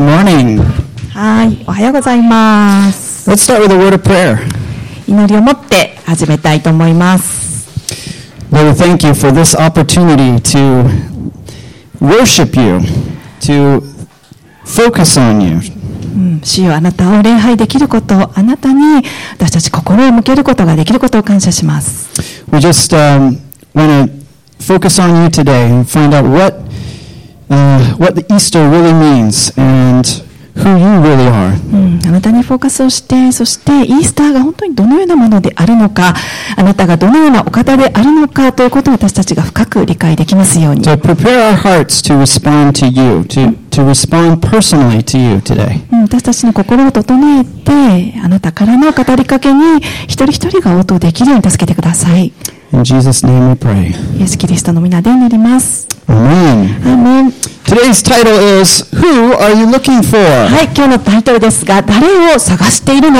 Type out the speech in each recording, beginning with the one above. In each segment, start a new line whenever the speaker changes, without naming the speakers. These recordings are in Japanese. morning.
はい、おはようございます。
Let's start with a word of prayer.
祈りを持って始めたいと思います。
Lord, we thank you for this opportunity to worship you, to focus on you.
うん主よあなたを礼拝できること、あなたに私たち心を向けることができることを感謝します。
We just um, want to focus on you today and find out what, uh, what the Easter really means and who you really are.
うんあなたにフォーカスをして、そしてイースターが本当にどのようなものであるのか、あなたがどのようなお方であるのかということを私たちが深く理解できますように。
So prepare our hearts to respond to you, to, to respond personally to you today.
うん私たちの心を整えて、あなたからの語りかけに一人一人が応答できるように助けてください。
In Jesus' name we pray.
イエス・キリストの皆で祈ります。
Amen.
アーメン
Today's title is Who Are You Looking For?
はい、今日のタイトルですが、誰を探しているの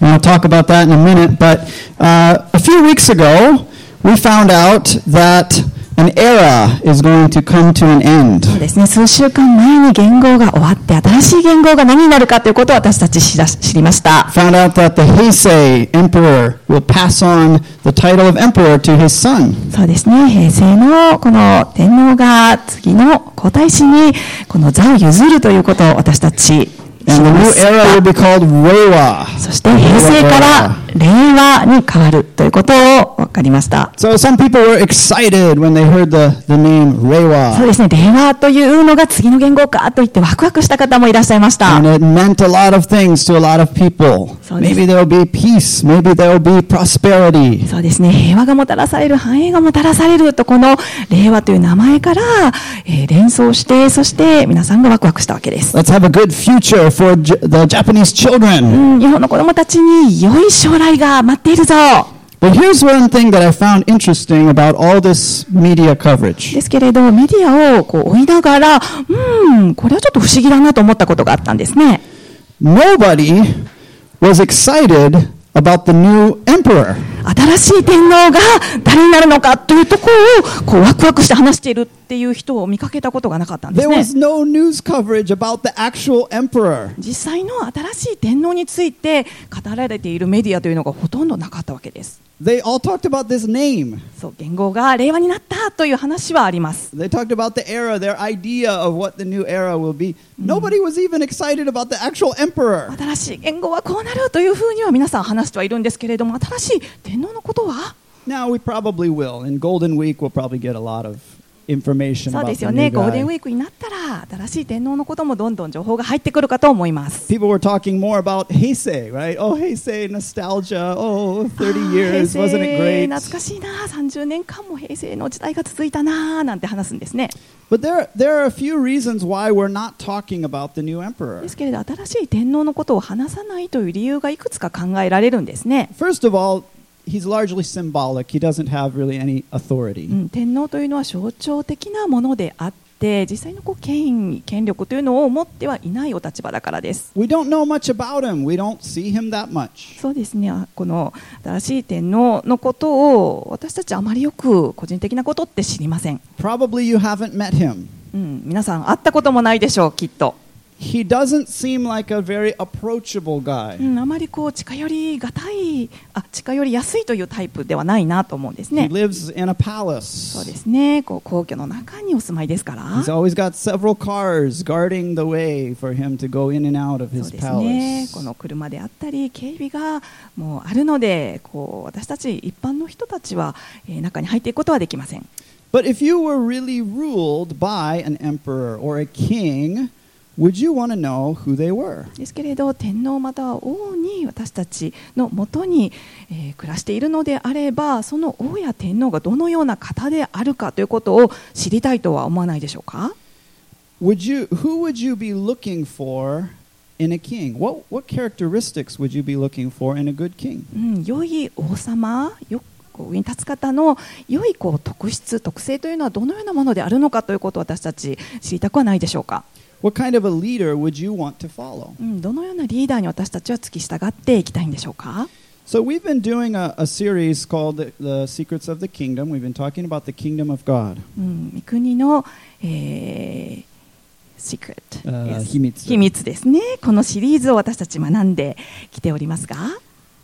We'll talk about that in a minute, but uh, a few weeks ago, we found out that an era is going to come to an end.
ですね、数週間前に言語が終わって、新しい言語が何になるかということを私たち知ら知りました。
Found out that the Heisei emperor will pass on the title of emperor to his son.
そうですね、平成のこの天皇が次の皇太子にこの座を譲るということを私たち知り
And the
ま
new
し
era
た
will be called Reiwa.
そして平成から令和に変わるということを分かりました。
So some people were excited when they heard the, the name
そう
Reiwa.
ですね、令和というのが次の言語かと言ってワクワクした方もいらっしゃいました。
And it meant a lot of things to a lot of people.
So this-
Maybe there will be peace. Maybe there will be prosperity.
そうですね平和がもたらされる繁栄がもたらされるとこの令和という名前から、えー連想してそして皆さんがワクワクしたわけです、
Let's have a good future for J- the Japanese
う
children.
ん、日本の子どもたちに良い将来が待っているぞ
But here's one thing that I found interesting about all this media coverage.
ですけれどメディアをこう追いながらうんこれはちょっと不思議だなと思ったことがあったんですね
Nobody was excited about the new emperor.
新しい天皇が誰になるのかというところをこうワクワクして話しているっていう人を見かけたことがなかったんで
There
すね
was no news coverage about the actual emperor.
実際の新しい天皇について語られているメディアというのがほとんどなかったわけです
They all talked about this name.
そう言語が令和になったという話はあります。
They talked about the era, their idea of what the new era will be. Nobody was even excited about the actual emperor.
新しい言語はこうなるというふうには皆さん話してはいるんですけれども、新しい天皇のことは
Now we probably will. In Golden Week, we'll probably get a lot of information
そうで
about
す
the
よ
new
ね、ゴールデ
guy.
ンウィークになったら、新しい天皇のこともどんどん情報が入ってくるかと思います。
people were talking more about Heisei, right? Oh, Heisei, nostalgia. Oh, 30 years, wasn't
あー
it
平成
great?
懐かしいな、30年間も平成の時代が続いたななんて話すんですね。
But there, there are a few reasons why we're not talking about the new emperor.
ですけれど、新しい天皇のことを話さないという理由がいくつか考えられるんですね。
First of all, he's largely symbolic. He doesn't have really any
う
authority.
ん、天皇というのは象徴的なものであって実際のこう権威権力というのを持ってはいないお立場だからです。
We don't know much about him. We don't see him that much.
そうですねあこの新しい天皇のことを私たちあまりよく個人的なことって知りません、
Probably you haven't met him.
うん、皆さん会ったこともないでしょうきっと、
He doesn't seem like a very approachable
う
guy.
ん、あまりこう近寄りがたいあ近寄りやすいというタイプではないなと思うんです
He
ね
lives in a
そう
palace.
ですねこう皇居の中にお住まいですから。
He's always got several cars guarding the way for him to go in and out of
そう
his
ですね
palace.
この車であったり警備がもうあるのでこう私たち一般の人たちは、えー中に入っていくことはできません
But if you were really ruled by an emperor or a king, would you want to know who they were?
ですけれど天皇または王に私たちのもとに、えー暮らしているのであればその王や天皇がどのような方であるかということを知りたいとは思わないでしょうか
Would you who would you be looking for in a king? What what characteristics would you be looking for in a good king?
うん、良い王様よこう上に立つ方の良いこう特質特性というのはどのようなものであるのかということを私たち知りたくはないでしょうか
What kind of a leader would you want to follow?
うん、どのようなリーダーに私たちは付き従っていきたいんでしょうか
So we've been doing a, a series called the, the Secrets of the Kingdom. We've been talking about the kingdom of God.
うん、三国の、えー secret.
あー
Yes.
秘密
秘密ですね。このシリーズを私たち学んできておりますが、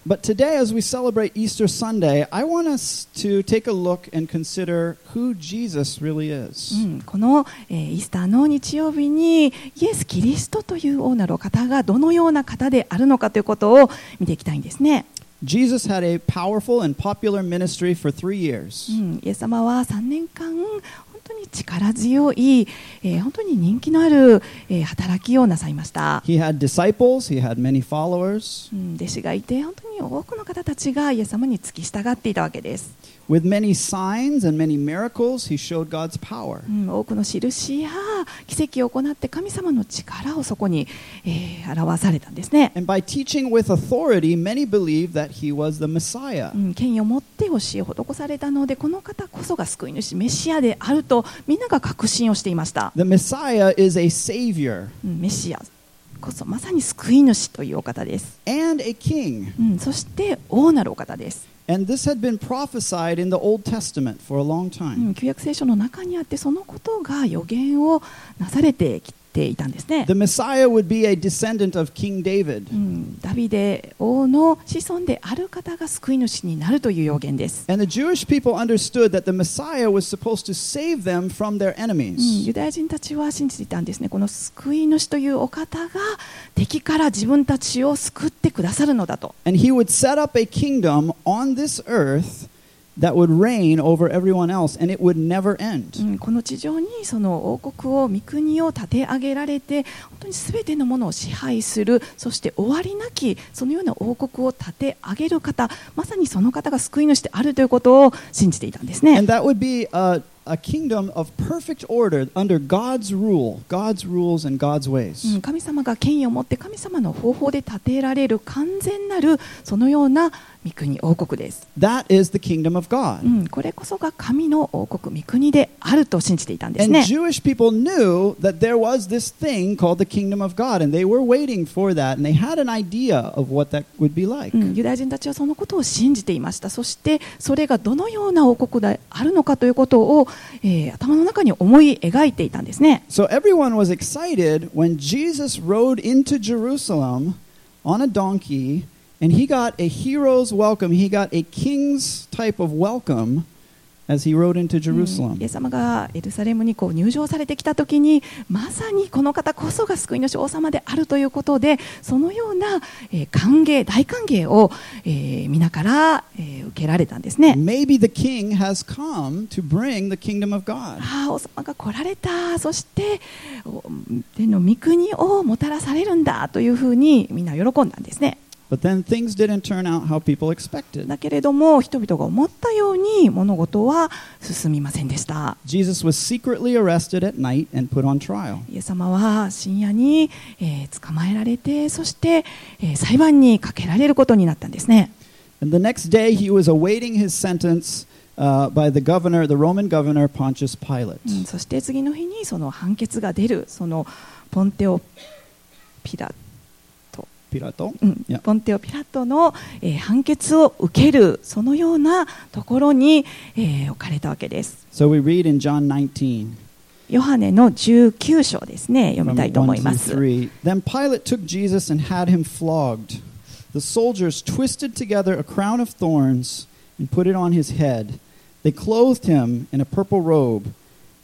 But today, as we celebrate Easter Sunday, I want us to take a look and consider who Jesus really
う
is.
ん、この、えーイースターの日曜日にイエス・キリストという王なるお方がどのような方であるのかということを見ていきたいんですね。
Jesus had a powerful and popular ministry for three
う
years.
ん、イエス様は3年間本当に力強い、えー本当に人気のある、えー働きをなさいました、
He had disciples, he had many followers.
うん、弟子がいて本当に多くの方たちがイエス様に付き従っていたわけです、
With many signs and many miracles, he showed God's power.
うん、多くの印や奇跡を行って神様の力をそこに、えー表されたんですね、
And by teaching with authority, many believed that he was the Messiah.
うん、権威を持って教えを施されたのでこの方こそが救い主メシアであるとみんなが確信をしていました、
The Messiah is a savior
うん、メシアこそまさに救い主というお方です
and a king.
うん、そして王なるお方です、
And this had been prophesied in the Old Testament for a long
う
time.
ん、旧約聖書の中にあってそのことが予言をなされてきていたんですね
The、Messiah would be a descendant of King David.
うん、ダビデ王の子孫である方が救い主になるという予言です、
And the Jewish people understood that the Messiah was supposed to save them from their
うん、ユ
enemies.
ダヤ人たちは信じていたんですねこの救い主というお方が敵から自分たちを救ってくださるのだと
And he would set up a kingdom on this earth that would reign over everyone else, and it would never
う
end.
ん、この地上にその王国を御国を立て上げられて本当に全てのものを支配するそして終わりなきそのような王国を立て上げる方まさにその方が救い主であるということを信じていたんですね
And、that would be a, a kingdom of perfect order under God's rule, God's rules, and God's
う
ways.
ん、神様が権威を持って神様の方法で立てられる完全なるそのような御国王国です、
That is the kingdom of
う
God.
ん、これこそが神の王国御国であると信じていたんです
And
ね
Jewish people knew that there was this thing called the kingdom of God, and they were waiting for that, and they had an idea of what that would be like.
うん、ユダヤ人たちはそのことを信じていましたそしてそれがどのような王国であるのかということを、えー頭の中に思い描いていたんですね、
So everyone was excited when Jesus rode into Jerusalem on a donkey and he got a hero's welcome. He got a king's type of welcome as he rode into
イエ
Jerusalem.
ス様がエルサレムにこう入場されてきた時にまさにこの方こそが救い主王様であるということでそのような、えー歓迎大歓迎を、えー皆から、えー受けられたんですね。
Maybe the king has come to bring the kingdom of God.
ああ王様が来られたそしてお天の御国をもたらされるんだというふうにみんな喜んだんですね。
But then things didn't turn out how people expected.
だけれども人々が思ったように物事は進みませんでした
Jesus was secretly arrested at night and put on trial.
イエス様は深夜に、えー捕まえられてそして、えー裁判にかけられることになったんですね、
And the next day he was awaiting his sentence uh, by the governor, the Roman governor Pontius Pilate.
うんそして次の日にその判決が出るそのポンテオピラト、
Pirato?
うん
いや
ポンテオピラトの、えー判決を受けるそのようなところに、えー置かれたわけです
So we read in John 19.
ヨハネの19章ですね読
from
みたいと思いま
1
す
to 3. Then Pilate took Jesus and had him flogged. The soldiers twisted together a crown of thorns and put it on his head. They clothed him in a purple robe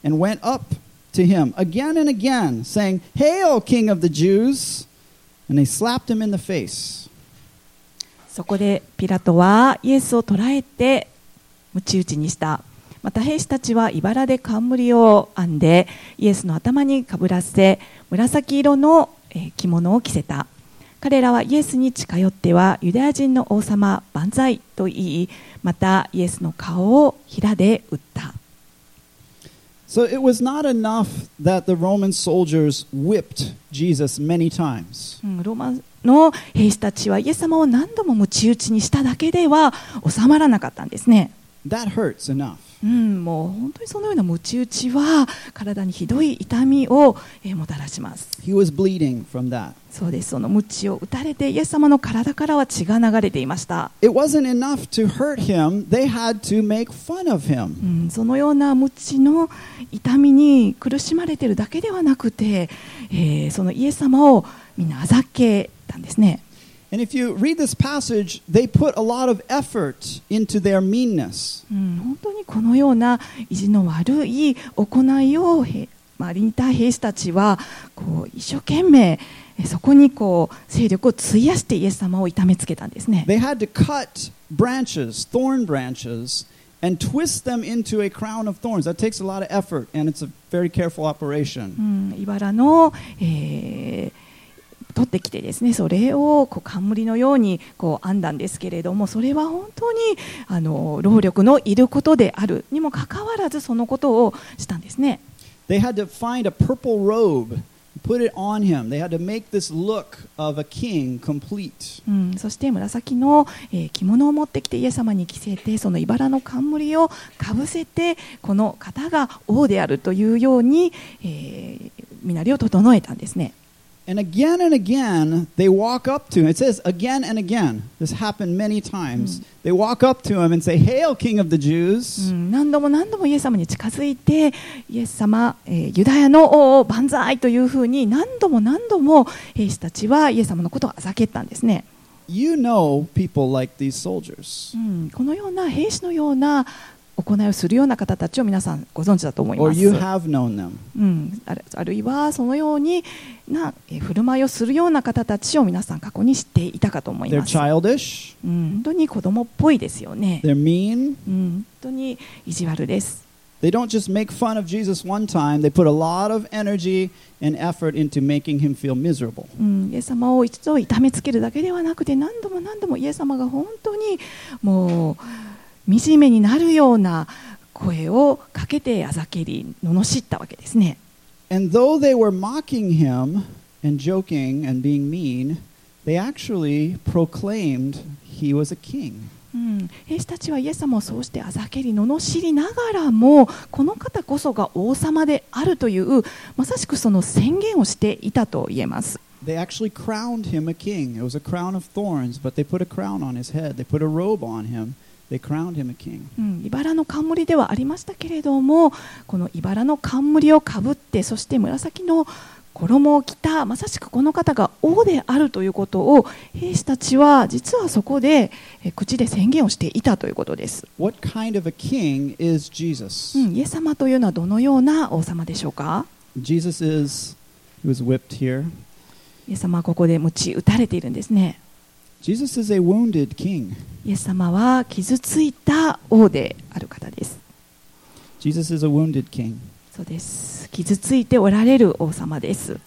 and went up to him again and again, saying, Hail, King of the Jews! And they slapped him in the face.
そこでピラトはイエスを捕らえて鞭打ちにしたまた兵士たちは茨で冠を編んでイエスの頭にかぶらせ紫色のえー着物を着せた彼らはイエスに近寄ってはユダヤ人の王様万歳と言いまたイエスの顔を平で打った
So it was not enough that the Roman soldiers whipped Jesus many times.
うんローマの兵士たちはイエス様を何度も鞭打ちにしただけでは収まらなかったんですね。
That hurts enough.
うん、もう本当にそのようなムチ打ちは体にひどい痛みを、えーもたらします
He was bleeding from that.
そうですそのムチを打たれてイエス様の体からは血が流れていました、
It wasn't enough to hurt him, they had to make fun
う
of him.
ん、そのようなムチの痛みに苦しまれているだけではなくて、えーそのイエス様をみんなあざけたんですね
And if you read this passage, they put a lot of effort into their meanness.
うん、本当にこのような意地の悪い行いをへ周りにいた兵士たちはこう一生懸命えそこにこう勢力を費やしてイエス様を痛めつけたんですね。
They had to cut branches, thorn branches, and twist them into a crown of thorns. That takes a lot of effort, and it's a very careful
う
operation.
ん、茨の、えー取ってきてですねそれをこう冠のようにこう編んだんですけれどもそれは本当にあの労力のいることであるにもかかわらずそのことをしたんですね。
They had to find a purple robe, put it on him. They had to make this look of a king complete.
うん、そして紫の、えー着物を持ってきてイエス様に着せてその茨の冠をかぶせてこの方が王であるというように、えー身なりを整えたんですね。
And again and again, they walk up to him. It says again and again. This happened many times. They walk up to him and say, Hail, King of the
う
Jews.
ん、何度も何度もイエス様に近づいてイエス様、えーユダヤの王万歳というふうに何度も何度も兵士たちはイエス様のことをあざけったんですね。
You know people like these soldiers,
うん、このような兵士のような行いをするような方たちを皆さんご存知だと思い
or
ます。
you have known them.
うん、あるあるいはそのようになえー振る舞いをするような方たちを皆さん過去に知っていたかと思い
They're
ます、
childish,
うん、本当に子供っぽいですよね、
they're mean.
うん、本当に意地悪です、
They don't just make fun of Jesus one time, they put a lot of energy and effort into making him feel miserable.
うん、イエス様を一度痛めつけるだけではなくて何度も何度もイエス様が本当にもう惨めになるような声をかけてあざけり罵ったわけですね
And though they were mocking him and joking and being mean, they actually proclaimed he was a king.
うん、兵士たちはイエス様をそうしてあざけり罵りながらもこの方こそが王様であるというまさしくその宣言をしていたと言えます、
They actually crowned him a king. It was a crown of thorns, but they put a crown on his head. They put a robe on him. They crowned him a king.
うん、茨の冠ではありましたけれどもこの茨の冠をかぶってそして紫の衣を着たまさしくこの方が王であるということを兵士たちは実はそこでえ口で宣言をしていたということです、
What kind of a king is Jesus?
うん、イエス様というのはどのような王様でしょうか
Jesus is, he was whipped here.
イエス様はここで鞭打たれているんですね
Jesus is a wounded king.
イエス様は傷ついた王である方です。
Jesus is a wounded king.
そうです。傷ついておられる王様です。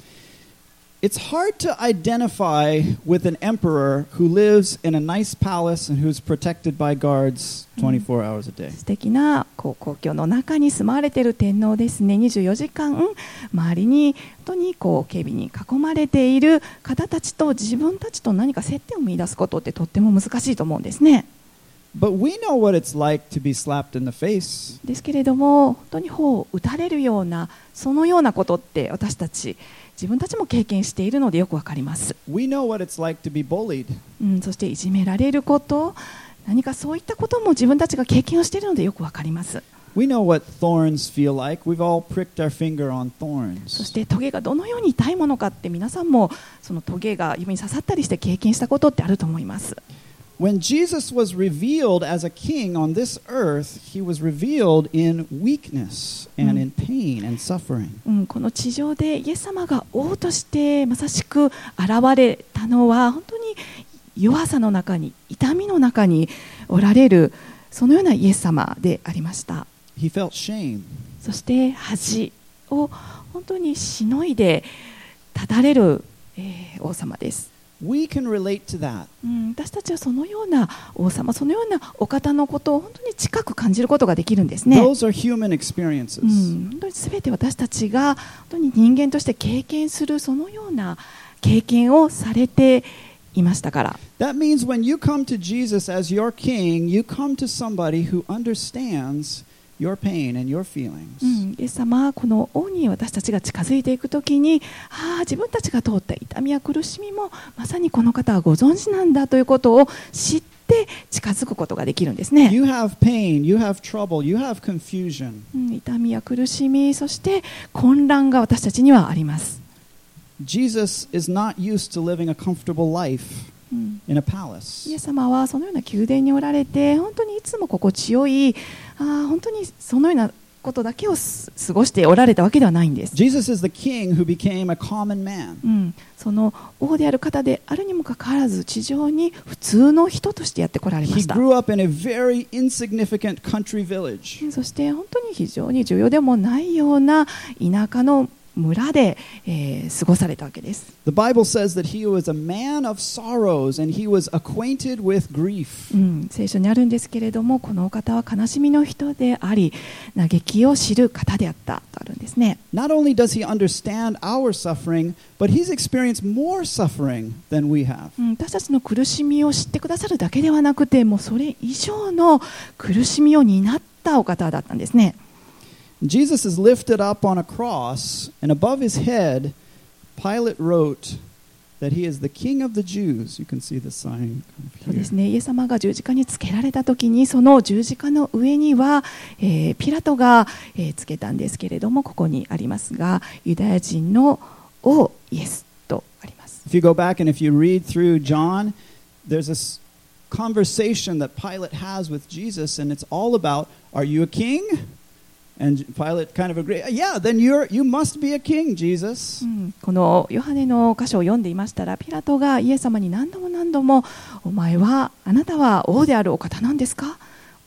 It's hard to identify with an emperor who lives in a nice palace and who's protected by guards 24 hours a day.
素敵なこう皇居の中に住まわれている天皇ですね。24時間周りに本当にこう警備に囲まれている方たちと自分たちと何か接点を見出すことってとっても難しいと思うんですね。
But we know what it's like to be slapped in the face.
ですけれども本当に頬を打たれるようなそのようなことって私たち自分たちも経験しているのでよくわかります。
We know what it's like to be bullied.
うん、そしていじめられること何かそういったことも自分たちが経験をしているのでよくわかります
We know what thorns feel like. We've all pricked our finger on
そし
thorns.
てトゲがどのように痛いものかって皆さんもそのトゲが指に刺さったりして経験したことってあると思います
When Jesus was revealed as a king on this earth, he was revealed in weakness and
Mm.
in pain and suffering.
うん、この地上でイエス様が王としてまさしく現れたのは本当に弱さの中に痛みの中におられるそのようなイエス様でありました
He felt shame.
そして恥を本当にしのいで立たれる、えー王様です、
We can relate to that.
うん。私たちはそのような王様、そのようなお方のことを本当に近く感じることができるんですね。
Those are human
う
experiences.
ん、本当にすべて私たちが本当に人間として経験するそのような経験をされていましたから。
That means when you come to Jesus as your king, you come to somebody who understands your pain and your
う
feelings.
ん、イエス様はこの王に私たちが近づいていくときにああ自分たちが通った痛みや苦しみもまさにこの方はご存知なんだということを知って近づくことができるんですね、
You have pain, you have trouble, you have confusion.
うん、痛みや苦しみそして混乱が私たちにはあります、
Jesus is not used to living a comfortable life
うん、
in a palace.
イエス様はそのような宮殿におられて本当にいつも心地よいあー本当にそのようなことだけをす過ごしておられたわけではないんです、
Jesus is the king who became a common
う
man.
ん、その王である方であるにもかかわらず地上に普通の人としてやってこられま
He
した
grew up in a very insignificant country village.
そして本当に非常に重要でもないような田舎の村で、えー過ごされたわけです、
The Bible says that he was a man of sorrows and he was acquainted with grief.
うん、聖書にあるんですけれどもこのお方は悲しみの人であり嘆きを知る方であったとあるんですね
Not only does he understand our suffering, but he's experienced more suffering than we have.
うん私たちの苦しみを知ってくださるだけではなくてもうそれ以上の苦しみを担ったお方だったんですね
Jesus is lifted up on a cross, and above his head, Pilate wrote that he is the king of the Jews. You can see the sign.
そう
kind of here.
ですねイエス様が十字架につけられた時にその十字架の上には、えーピラトが、えーつけたんですけれどもここにありますがユダヤ人の王イエスとあります、
If you go back and if you read through John, there's this conversation that Pilate has with Jesus, and it's all about, "Are you a king?" And Pilate kind of agrees, "Yeah, then you're you must be a king, Jesus."
うんこのヨハネの箇所を読んでいましたらピラトがイエス様に何度も何度も「お前はあなたは王であるお方なんですか?」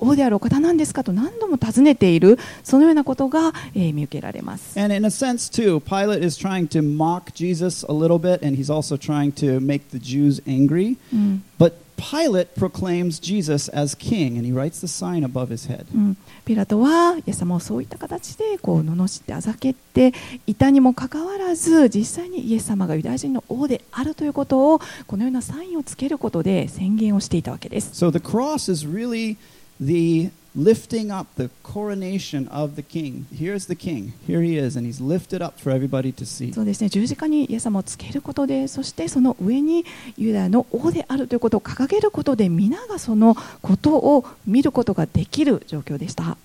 王であるお方なんですかと何度も尋ねているそのようなことが、えー見受けられます。
And in a sense, too, Pilate is trying to mock Jesus a little bit, and he's also trying to make the Jews angry.
うん、
But Pilate proclaims Jesus as king, and he writes the sign above his head.
うん、ピラトはイエス様をそういった形でこう罵ってあざけっていたにもかかわらず実際にイエス様がユダヤ人の王であるということをこのようなサインをつけることで宣言をしていたわけです、
So the cross is really the lifting up, the coronation of the king. Here's the king. Here he is, and he's lifted up for everybody to see.
そうですね十字架にイエス様をつけることでそしてその上にユダヤの王であるということを掲げることで皆がそのことを見ることができる状況でした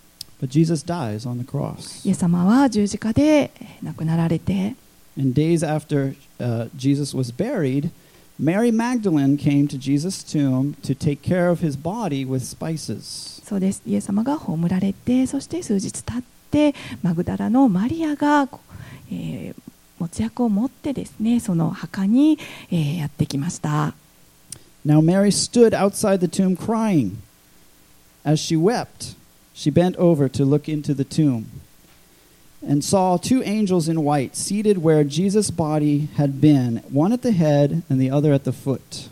But Jesus dies on the cross.
イエス様は十字架でえー亡くなられて
And days after uh, Jesus was buried, Mary Magdalene came to Jesus' tomb to take care of his body with spices.
そうですイエス様が葬られてそして数日経ってマグダラのマリアが、こうえー、持ち役を持ってですねその墓に、えーやってきました、
Now Mary stood outside the tomb crying. As she wept, she bent over to look into the tomb and saw two angels in white seated where Jesus' body had been, one at the head and the other at the foot.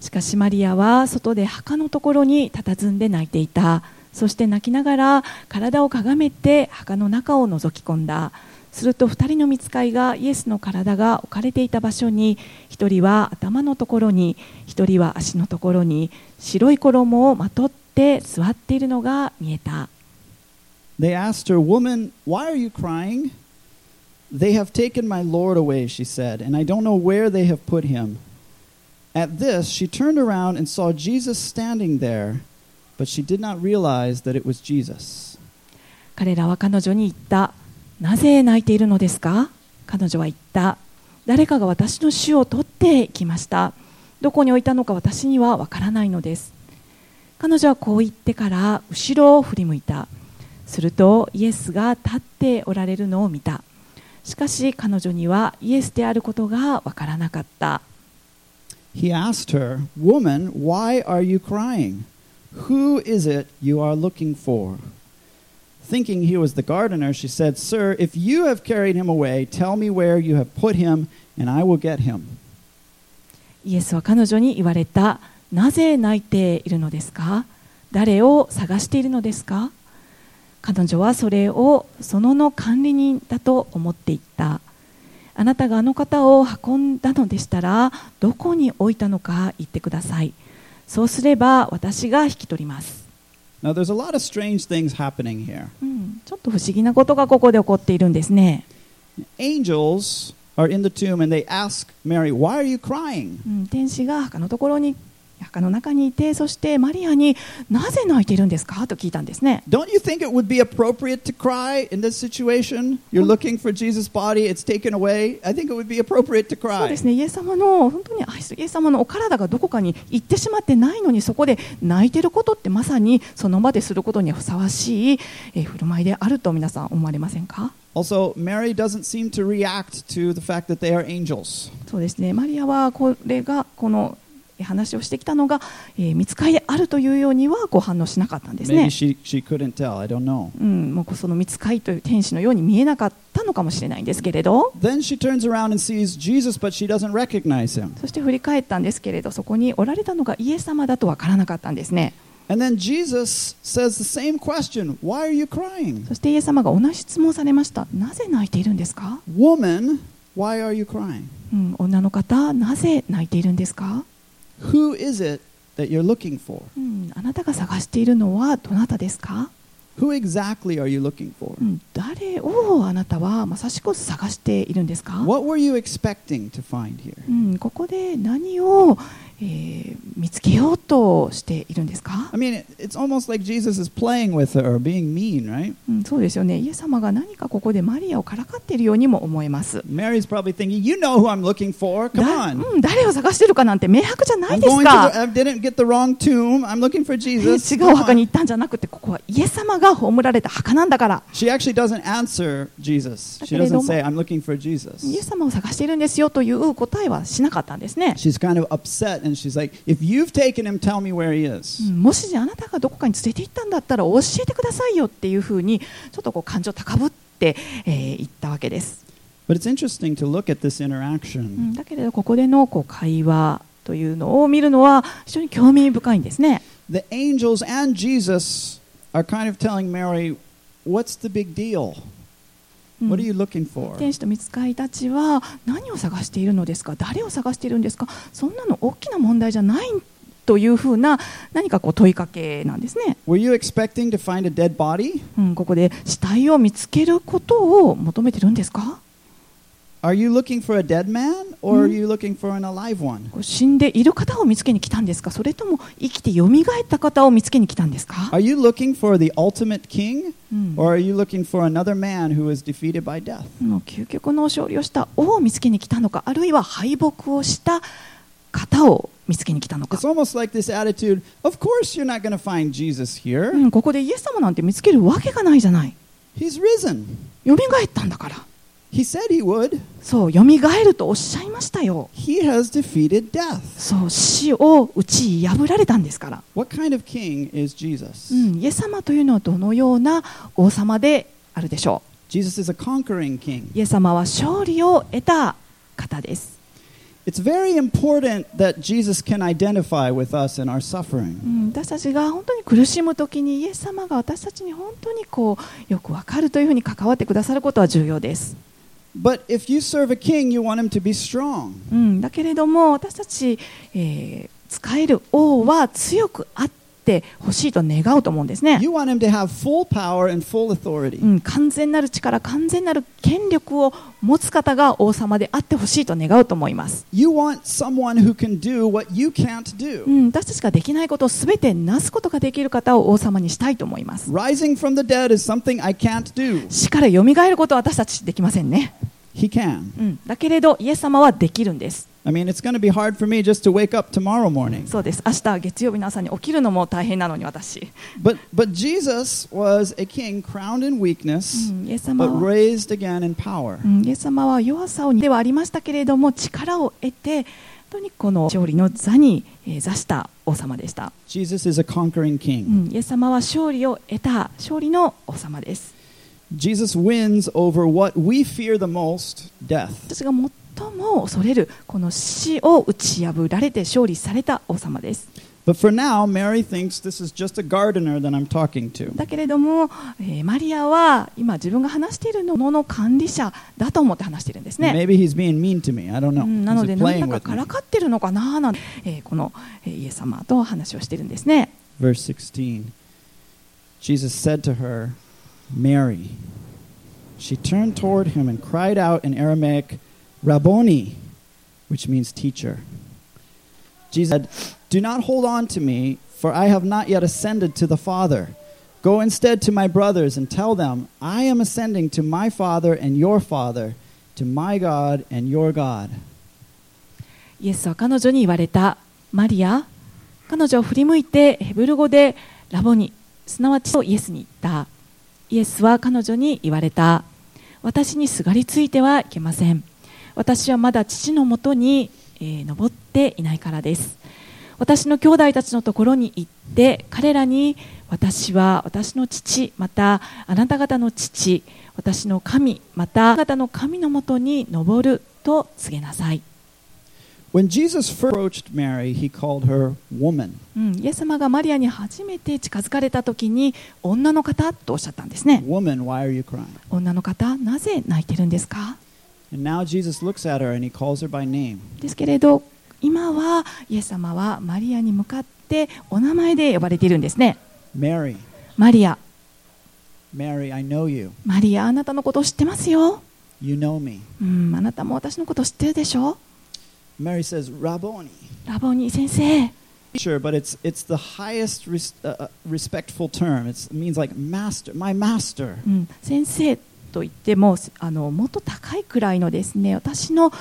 しかしマリアは外で墓のところに佇んで泣いていたそして泣きながら体をかがめて墓の中を覗き込んだすると2人の見つかいがイエスの体が置かれていた場所に1人は頭のところに1人は足のところに白い衣をまとって座っているのが見えた
They asked her, Woman, why are you crying? They have taken my Lord away, she said, and I don't know where they have put him. At this, she turned around and saw Jesus standing there, but she did not realize that it was Jesus.
彼らは彼女に言ったなぜ泣いているのですか彼女は言った誰かが私の主を取ってきましたどこに置いたのか私にはわからないのです彼女はこう言ってから後ろを振り向いたするとイエスが立っておられるのを見たしかし彼女にはイエスであることがわからなかった
He asked her, Woman, why are you crying? Who is it you are looking for? Thinking he was the gardener, she said, Sir, if you have carried him away, tell me where you have put him, and I will get him.
イエスは彼女に言われた。なぜ泣いているのですか誰を探しているのですか彼女はそれをそのの管理人だと思っていった。あなたがあの方を運んだのでしたら、どこに置いたのか言ってください。そうすれば私が引き取ります。
Now, there's a lot of strange things happening here.
うん、ちょっと不思議なことがここで起こっているんですね、
Angels are in the tomb and they ask Mary, Why are you crying?
うん、天使が墓のところに墓の中にいてそしてマリアになぜ泣いているんですかと聞いたんですね
Don't you think it would be appropriate to cry in this situation? You're looking for Jesus' body, it's taken away. I think it would be appropriate
そ
to
う
cry.
ですねイエス様の本当に愛するイエス様のお体がどこかに行ってしまってないのにそこで泣いてることってまさにその場ですることにふさわしい、えー振る舞いであると皆さん思われませんか
Also, Mary doesn't seem to react to the fact that they are angels.
そうですねマリアはこれがこの話をしてきたのが、えー見つかりであるというようにはこう反応しなかったんです
Maybe
ね。
she, she couldn't tell. I don't know.
うん、もうその見つかりという天使のように見えなかったのかもしれないんですけれど
Then she turns around and sees Jesus, but she doesn't recognize him.
そして振り返ったんですけれどそこにおられたのがイエス様だとわからなかったんですね
And then Jesus says the same question Why are you crying?
そしてイエス様が同じ質問をされましたなぜ泣いているんですか、
Woman, why are you crying?
うん、女の方なぜ泣いているんですか、
Who is it that you're looking for?
うん、あなたが探しているのはどなたですか、
Who exactly are you looking for?
うん、誰をあなたはまさしく探しているんですか
What were you expecting to find here?
うん、ここで何を、えー見つけようとしているんですか
I、mean, it- it's almost like Jesus is playing with her or being mean, right?
うん、そうですよねイエス様が何かここでマリアをからかっているようにも思えます。
Mary's probably thinking, You know who I'm looking for. Come
だ
on.
うん、誰を探してるかなんて明白じゃない
I'm
です
going to the,
か
I didn't get the wrong tomb. I'm looking for
え
Jesus.
ー違
Come
う墓に
on.
行ったんじゃなくてここはイエス様が葬られた墓なんだから
She actually doesn't answer Jesus.
だけ
She
れども、
doesn't say, I'm looking for Jesus.
イエス様を探しているんですよという答えはしなかったんですね。
She's kind of upset and she's like, If you've taken him, tell me where he
う
is.
んもしあなたがどこかに連れて行ったんだったら教えてくださいよっていうふうにちょっとこう感情高ぶって、えー言ったわけです。
But it's interesting to look at this
う
interaction.
ん、だけれどここでのこう会話というのを見るのは非常に興味深いんですね。
The angels and Jesus are kind of telling Mary, What's the big deal?
うん
What are you looking for?
天使と見つかりたちは何を探しているのですか誰を探しているんですかそんなの大きな問題じゃないというふうな何かこう問いかけなんですね、
Were you expecting to find a dead body?
うん、ここで死体を見つけることを求めてるんですか
Are you looking for a dead man or are
Mhm.
you looking for an alive one?
こう死んでいる方を見つけに来たんですかそれとも生きてよみがえった方を見つけに来たんですか
Are you looking for the ultimate king
うん、
or are you looking for another man who is defeated by death?
もう究極の勝利をした王を見つけに来たのかあるいは敗北をした方を見つけに来たのか
It's、almost like this attitude of course you're not going to find Jesus
う
here.
ん、ここでイエス様なんて見つけるわけがないじゃない
He's risen.
よみがえったんだから
He said he would.
そうよみがえるとおっしゃいましたよ
He has defeated death.
そう死を打ち破られたんですから、
What kind of king is Jesus?
うん、イエス様というのはどのような王様であるでしょ
Jesus is a conquering king.
うイエス様は勝利を得た方です、
It's very important that Jesus can identify with us in our
う
suffering.
ん、私たちが本当に苦しむ時にイエス様が私たちに本当にこうよくわかるというふうに関わってくださることは重要です、
But if you serve a king, you want him to be strong.
うん、だけれども私たち、えー使える王は強くあってほしいと願うと思うんですね
You want him to have full power and full authority.
うん、完全なる力完全なる権力を持つ方が王様であってほしいと願うと思います、
You want someone who can do what you can't
う
do.
ん、私たちができないことを全てなすことができる方を王様にしたいと思います
Rising from the dead is something I can't do.
死からよみがえることは私たちできませんね、
He can.
うん、だけれどイエス様はできるんです
I mean, it's going to be hard for me just to wake up tomorrow morning.
そうです明日月曜日の朝に起きるのも大変なのに私、
But, but Jesus was a king crowned in
う
weakness,
ん、イエス
but
様は、
raised again in power.
うん、イエス様は弱さをではありましたけれども力を得て本当にこの勝利の座にえー座した王様でした。
Jesus is a conquering
う
king.
ん、イエス様は勝利を得た勝利の王様です。
Jesus wins over what we fear the most death.
私が最も恐れるこの死を打ち破られて勝利された王様です。
But for now, Mary thinks this is just a gardener that I'm talking to.
だけれども、えーマリアは今自分が話しているのの管理者だと思って話してるんですね。
Maybe he's being mean to me. I don't
う
know.
ん、なの
He's
で何
playing
だか
with
か
me.
らかってるのかななんて、えーこの、えーイエス様と話をしてるんですね。
Verse 16. Jesus said to her, Mary. She turned toward him and cried out in Aramaic, Rabboni, which means teacher. Jesus said, Do not hold on to me, for I have not yet ascended to the Father. Go instead to my brothers and tell them, I am ascending to my Father and your Father, to my God and your God.
イエスは彼女に言われたマリア彼女を振り向いてヘブル語でラボにすなわちとイエスに言ったイエスは彼女に言われた私にすがりついてはいけません私はまだ父のもとに、えー登っていないからです私の兄弟たちのところに行って彼らに私は私の父またあなた方の父私の神またあなた方の神のもとに登ると告げなさい
When Jesus first approached Mary, he called her woman.
うん、イエス様がマリアに初めて近づかれた時に女の方とおっしゃったんですね
Woman, why are you crying?
女の方なぜ泣いてるんですか
And now Jesus looks at her and he calls her by name.
ですけれど今はイエス様はマリアに向かってお名前で呼ばれているんですね
Mary,
マリア
Mary, I know you.
マリアあなたのことを知ってますよ
You know me.
うんあなたも私のことを知ってるでしょ
Mary says, Rabboni.
ラボニー先生
Sure, but it's, it's the highest res- uh, uh, respectful term. It's, it means like master, my master.
うん、先生といってもあのもっと高いくらいのですね私の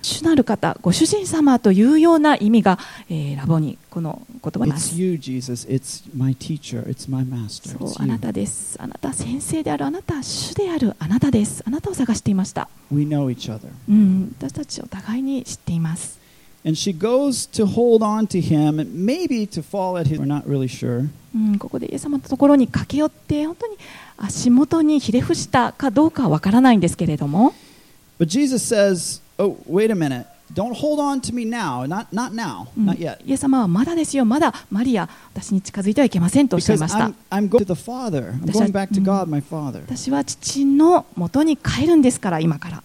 主なる方ご主人様というような意味が、えーラボにこの言葉にありま
It's
す
you, Jesus. It's my teacher. It's my master.
そう
It's
あな
you.
たですあなた先生であるあなた主であるあなたですあなたを探していました、
We know each other.
うん、私たちお互いに知っています
And she goes to hold on to him, and maybe to fall at his. We're not really sure.
うん、ここでイエス様のところに駆け寄って本当に足元にひれ伏したかどうかはわからないんですけれども
But Jesus says, Oh, wait a minute. Don't hold on to me now. Not, not now.
うん
Not yet.
イエス様はまだですよまだマリア私に近づいてはいけませんとおっしゃい
Because
ました
I'm, I'm going to the Father. I'm
That's right.
going back to
Mm.
God, my Father.
私は父の元に帰るんですから今から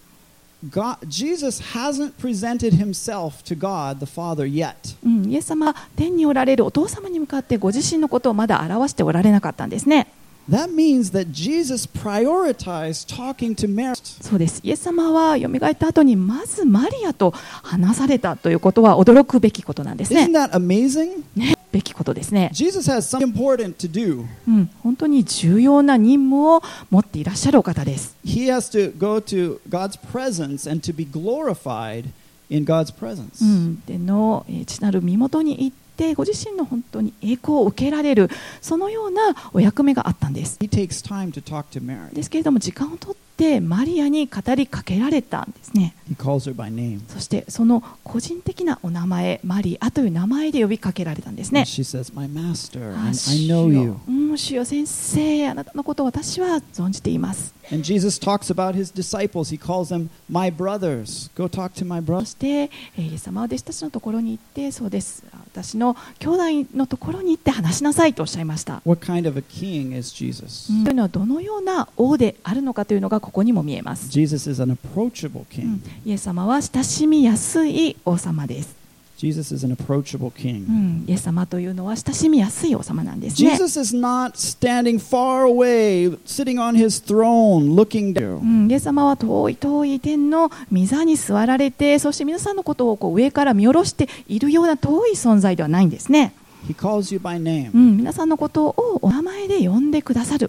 God, Jesus hasn't presented himself to God, the Father, yet.
うん、イエス様は天におられるお父様に向かってご自身のことをまだ表しておられなかったんですね
That means that Jesus prioritized talking to Mary.
そうですイエス様は蘇った後にまずマリアと話されたということは驚くべきことなんですね
Isn't that amazing?
べきことですね、
Jesus has something important to do.
うん、本当に重要な任務を持っていらっしゃるお方です
He has to go to God's presence and to be glorified in God's presence.
うん、でのえー父なる身元に行ってご自身の本当に栄光を受けられるそのようなお役目があったんです
He takes time to talk to Mary.
ですけれども時間をとってマリアに語りかけられたんですね
He calls her by name.
そしてその個人的なお名前マリアという名前で呼びかけられたんですね
And she says, My master,
あ
I,
主
I
よ
know you.
うん、主よ先生、あなたのことを私は存じています。
And Jesus talks about his disciples. He calls them my brothers. Go talk to my
そ
brothers.
して、えーイエス様は弟子たちのところに行って、そうです、私の兄弟のところに行って話しなさいとおっしゃいました。
What kind of a king is Jesus?
うんというのは、どのような王であるのかというのがここにも見えます。
Jesus is an approachable
う
king.
ん、イエス様は親しみやすい王様です、
Jesus is an approachable
う
king.
ん。イエス様というのは親しみやすい王様なんですね。
Jesus is not standing far away, sitting on his throne, looking
う
down.
ん、イエス様は遠い遠い天の御座に座られてそして皆さんのことをこう上から見下ろしているような遠い存在ではないんですね、
He calls you by
う
name.
ん、皆さんのことをお名前で呼んでくださる